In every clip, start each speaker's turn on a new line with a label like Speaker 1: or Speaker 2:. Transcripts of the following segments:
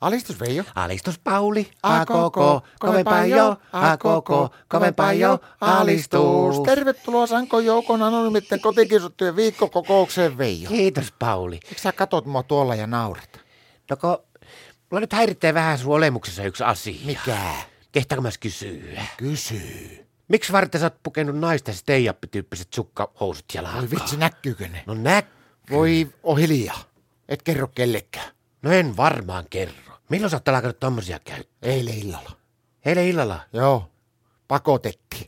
Speaker 1: Alistus Veijo.
Speaker 2: Alistus Pauli,
Speaker 1: A koko, kovempaa jo, a koko, kovempaa jo, alistus. Tervetuloa Sankojoukon anonymitten kotikisuttujen viikkokokoukseen Veijo.
Speaker 2: Kiitos Pauli.
Speaker 1: Miksi sä katot mua tuolla ja naurat?
Speaker 2: No kun mulla nyt häiritsee vähän sun olemuksessa yksi asia.
Speaker 1: Mikä?
Speaker 2: Kehtaanko mä edes kysyä?
Speaker 1: Kysyy.
Speaker 2: Miksi varten sä oot pukenut naisten stay tyyppiset sukkahousut ja
Speaker 1: Voi
Speaker 2: laakka?
Speaker 1: vitsi, näkyykö ne?
Speaker 2: No nä...
Speaker 1: Voi oh hiljaa. Et kerro kellekään.
Speaker 2: No en varmaan kerro. Milloin sä oot alkanut tommosia käyttää?
Speaker 1: Eilen illalla.
Speaker 2: Eilen illalla.
Speaker 1: Joo. Pakotettiin.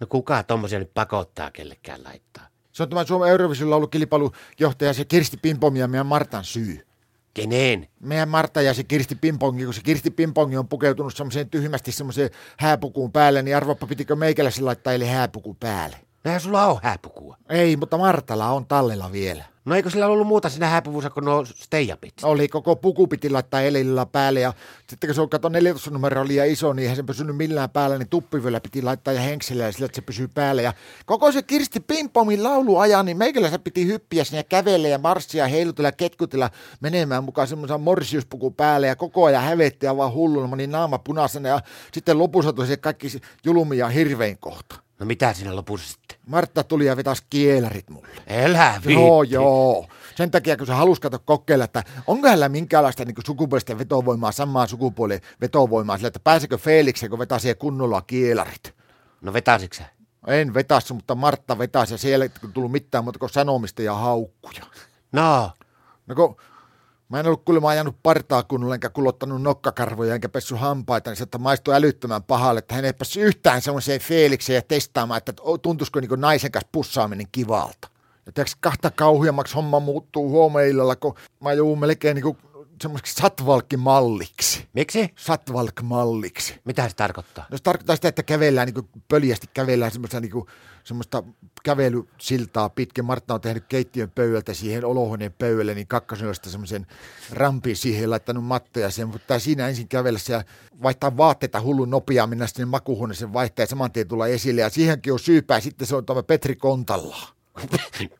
Speaker 2: No kuka tommosia nyt pakottaa kellekään laittaa?
Speaker 1: Se on tämä Suomen Eurovision laulukilpailun johtaja se Kirsti Pimpom ja meidän Martan syy.
Speaker 2: Keneen?
Speaker 1: meidän Martta ja se Kirsti Pimpongi, kun se Kirsti Pimpongi on pukeutunut semmoiseen tyhmästi semmoiseen hääpukuun päälle, niin arvoppa pitikö meikäläisen laittaa eli hääpuku päälle.
Speaker 2: Nähän sulla on hääpukua.
Speaker 1: Ei, mutta Martalla on tallella vielä.
Speaker 2: No eikö sillä ollut muuta siinä hääpuvussa kuin nuo steijapit?
Speaker 1: Oli koko puku piti laittaa elillä päälle ja sitten kun se on kato 14 numero liian iso, niin eihän se pysynyt millään päällä, niin tuppivyöllä piti laittaa ja henksellä ja sillä, että se pysyy päällä. Ja koko se Kirsti Pimpomin laulu ajaa, niin meikäläisen piti hyppiä sinne ja kävellä ja marssia, heilutella, ja ketkutella menemään mukaan semmoisen morsiuspuku päälle ja koko ajan hävetti ja vaan hulluna, meni naama punaisena ja sitten lopussa tuli se kaikki se julmi ja hirvein kohta.
Speaker 2: No mitä siinä lopussa sitten?
Speaker 1: Martta tuli ja vetäisi kielerit mulle.
Speaker 2: Elää viitti.
Speaker 1: No Joo, joo. Sen takia, kun sä halus kato kokeilla, että onko hänellä minkäänlaista niin sukupuolisten vetovoimaa, samaa sukupuolen vetovoimaa, sillä että pääsekö Felix, kun vetää siihen kunnolla kielarit.
Speaker 2: No vetäisitkö sä?
Speaker 1: En vetässä, mutta Martta vetäisi ja siellä ei tullut mitään muuta kuin sanomista ja haukkuja.
Speaker 2: No,
Speaker 1: No kun mä en ollut kuulemma ajanut partaa kunnolla, enkä kulottanut nokkakarvoja, enkä pessu hampaita, niin se että maistui älyttömän pahalle, että hän ei päässyt yhtään semmoiseen Felikseen ja testaamaan, että tuntuisiko niin naisen kanssa pussaaminen kivalta. Ja tiiäks, kahta kauhiammaksi homma muuttuu huomenna illalla, kun mä joudun melkein niin semmoiseksi satvalkkimalliksi.
Speaker 2: miksi?
Speaker 1: Satvalkmalliksi.
Speaker 2: Mitä se tarkoittaa?
Speaker 1: No se tarkoittaa sitä, että kävellään niin pöljästi, kävellään semmoista, niin semmoista kävelysiltaa pitkin. Martta on tehnyt keittiön pöydältä siihen olohuoneen pöydälle, niin kakkosnylöstä semmoisen rampin siihen laittanut mattoja siihen, mutta siinä ensin kävellä ja vaihtaa vaatteita hullun nopeaa, mennä sinne makuuhuoneeseen vaihtaa ja saman tien tulla esille. Ja siihenkin on syypää, sitten se on tämä Petri Kontalla.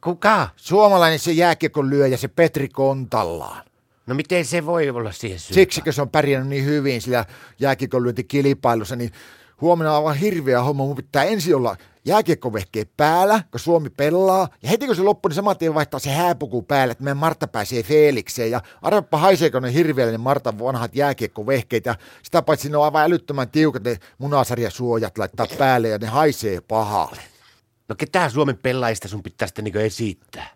Speaker 2: Kuka?
Speaker 1: Suomalainen se jääkiekon lyöjä, se Petri Kontallaan.
Speaker 2: No miten se voi olla siihen syy?
Speaker 1: Siksikö se on pärjännyt niin hyvin sillä jääkiekkolyöntikilpailussa, niin huomenna on aivan hirveä homma. Mun pitää ensin olla jääkiekkovehkeet päällä, kun Suomi pelaa. Ja heti kun se loppuu, niin saman tien vaihtaa se hääpuku päälle, että meidän Martta pääsee Felikseen. Ja arvappa haiseeko ne hirveälle ne Martan vanhat jääkiekkovehkeet. Ja sitä paitsi ne on aivan älyttömän tiukat ne munasarjasuojat laittaa päälle ja ne haisee pahalle.
Speaker 2: No ketään Suomen pelaajista sun pitää sitten niinku esittää?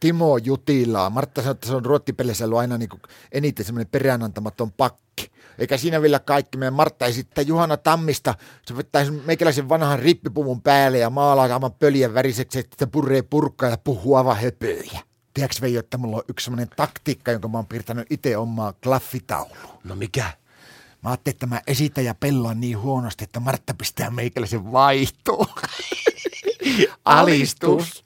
Speaker 1: Timo Jutilaa. Martta sanoi, että se on ruottipeleissä ollut aina niin kuin eniten semmoinen peräänantamaton pakki. Eikä siinä vielä kaikki. Meidän Martta esittää Juhana Tammista. Se vetää sen meikäläisen vanhan rippipuvun päälle ja maalaa aivan pöljän väriseksi, että sitä puree purkkaa ja puhuu aivan höpöjä. Tiedätkö Veijo, että mulla on yksi semmoinen taktiikka, jonka mä oon piirtänyt itse omaa klaffitauluun.
Speaker 2: No mikä?
Speaker 1: Mä ajattelin, että mä esitän ja pelaan niin huonosti, että Martta pistää meikäläisen vaihtoon.
Speaker 2: Alistus.